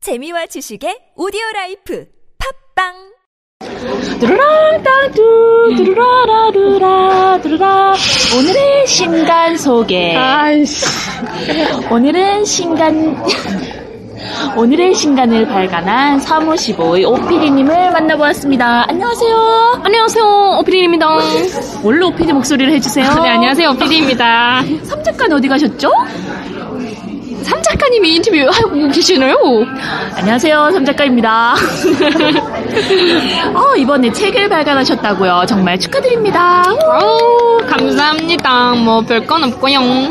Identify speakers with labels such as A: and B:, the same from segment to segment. A: 재미와 지식의 오디오 라이프 팝빵
B: 두루라따뚜 두루라라루라 두루라 오늘의 신간 소개
C: 아이씨.
B: 오늘은 신간 오늘의 신간을 발간한 355의 오피디님을 만나보았습니다 안녕하세요
C: 안녕하세요, 오피디입니다.
B: 원래 오피디 목소리를 해주세요
C: 네, 안녕하세요, 오피디입니다.
B: 삼작관 어디 가셨죠?
C: 삼 작가님이 인터뷰 하고 뭐 계시나요?
B: 안녕하세요 삼작가입니다 어, 이번에 책을 발간하셨다고요 정말 축하드립니다
C: 아우, 감사합니다. 뭐, 별건 없고요. 네,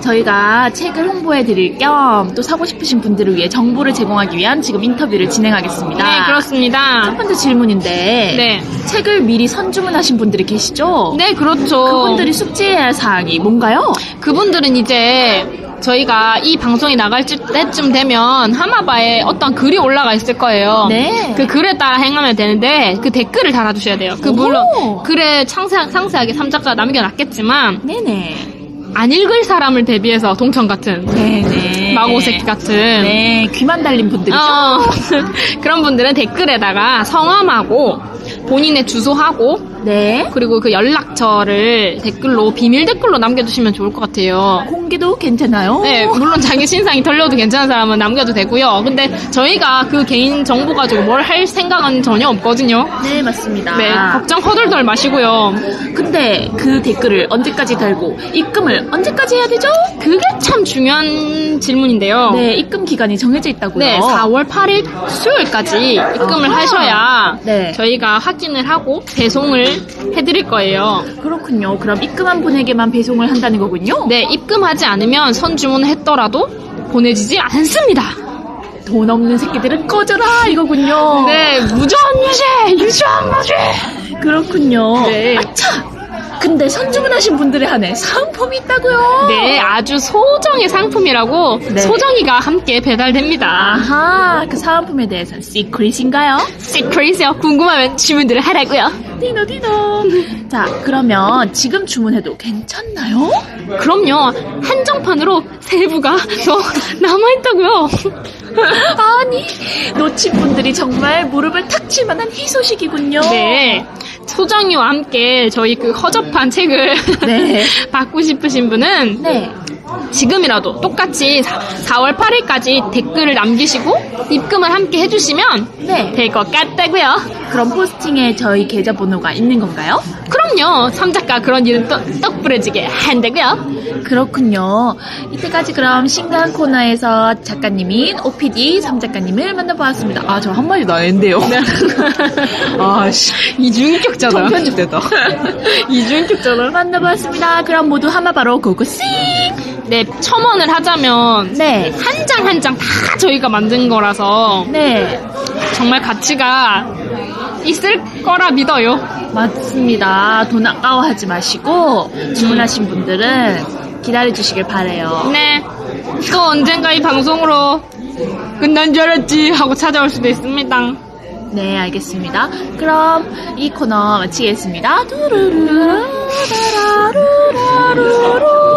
B: 저희가 책을 홍보해 드릴 겸 또 사고 싶으신 분들을 위해 정보를 제공하기 위한 지금 인터뷰를 진행하겠습니다.
C: 네,
B: 첫
C: 그렇습니다.
B: 번째 질문인데
C: 네.
B: 책을 미리 선주문하신 분들이 계시죠?
C: 네, 그렇죠.
B: 그분들이 숙지해야 할 사항이 뭔가요?
C: 그분들은 이제 저희가 이 방송이 나갈 쯤- 때쯤 되면 하마바에 어떤 글이 올라가 있을 거예요.
B: 네.
C: 그 글에 따라 행하면 되는데 그 댓글을 달아주셔야 돼요. 그
B: 오.
C: 물론 글에 상세- 상세하게 삼작가 남겨놨겠지만
B: 네네.
C: 안 읽을 사람을 대비해서 동천 같은
B: 네네.
C: 마고새끼 같은
B: 네, 귀만 달린 분들이죠.
C: 어, 그런 분들은 댓글에다가 성함하고 본인의 주소하고
B: 네.
C: 그리고 그 연락처를 댓글로 비밀 댓글로 남겨주시면 좋을 것 같아요.
B: 공개도 괜찮아요?
C: 네, 물론 자기 신상이 털려도 괜찮은 사람은 남겨도 되고요. 근데 저희가 그 개인 정보 가지고 뭘 할 생각은 전혀 없거든요.
B: 네, 맞습니다.
C: 네, 걱정 허덜덜 마시고요.
B: 근데 그 댓글을 언제까지 달고 입금을 언제까지 해야 되죠?
C: 그게 참 중요한 질문인데요.
B: 네, 입금 기간이 정해져 있다고요.
C: 네, 4월 8일 수요일까지 입금을
B: 아하.
C: 하셔야
B: 네.
C: 저희가 확인을 하고 배송을 해드릴 거예요.
B: 그렇군요. 그럼 입금한 분에게만 배송을 한다는 거군요.
C: 네, 입금하지 않으면 선주문을 했더라도 보내지지 않습니다.
B: 돈 없는 새끼들은 꺼져라 이거군요.
C: 네, 무전 유죄, 유죄한 마죄.
B: 그렇군요.
C: 네.
B: 아차. 근데 선주문하신 분들에 한해 사은품이 있다고요.
C: 네, 아주 소정의 상품이라고
B: 네.
C: 소정이가 함께 배달됩니다.
B: 아하, 그 사은품에 대해서는 시크릿인가요?
C: 시크릿이요. 궁금하면 질문들을 하라고요.
B: 디노 디노. 자, 그러면 지금 주문해도 괜찮나요?
C: 그럼요. 한정판으로 세부가 더 남아있다고요.
B: 아니, 놓친 분들이 정말 무릎을 탁 칠만한 희소식이군요.
C: 네. 소정이와 함께 저희 그 허접한 책을
B: 네.
C: 받고 싶으신 분은
B: 네.
C: 지금이라도 똑같이 4월 8일까지 댓글을 남기시고 입금을 함께 해주시면
B: 네.
C: 될 것 같다고요.
B: 그럼 포스팅에 저희 계좌번호가 있는 건가요?
C: 그럼요. 삼작가 그런 일은 떡, 떡부러지게 한다고요.
B: 그렇군요. 이때까지 그럼 신간 코너에서 작가님인 OPD 3작가님을 만나보았습니다. 네. 아, 저 한마디 도안했는데요 아, 씨.
C: 이중격자다.
B: 통편집됐다. 이중격전을 만나보았습니다. 그럼 모두 하마바로 고고씽!
C: 네, 첨언을 하자면
B: 네.
C: 한 장 한 장 다 저희가 만든 거라서
B: 네.
C: 정말 가치가 있을 거라 믿어요.
B: 맞습니다. 돈 아까워하지 마시고 주문하신 분들은 기다려주시길 바래요.
C: 네. 또 언젠가 이 방송으로 끝난 줄 알았지 하고 찾아올 수도 있습니다.
B: 네, 알겠습니다. 그럼 이 코너 마치겠습니다. 두루루라라라루라루루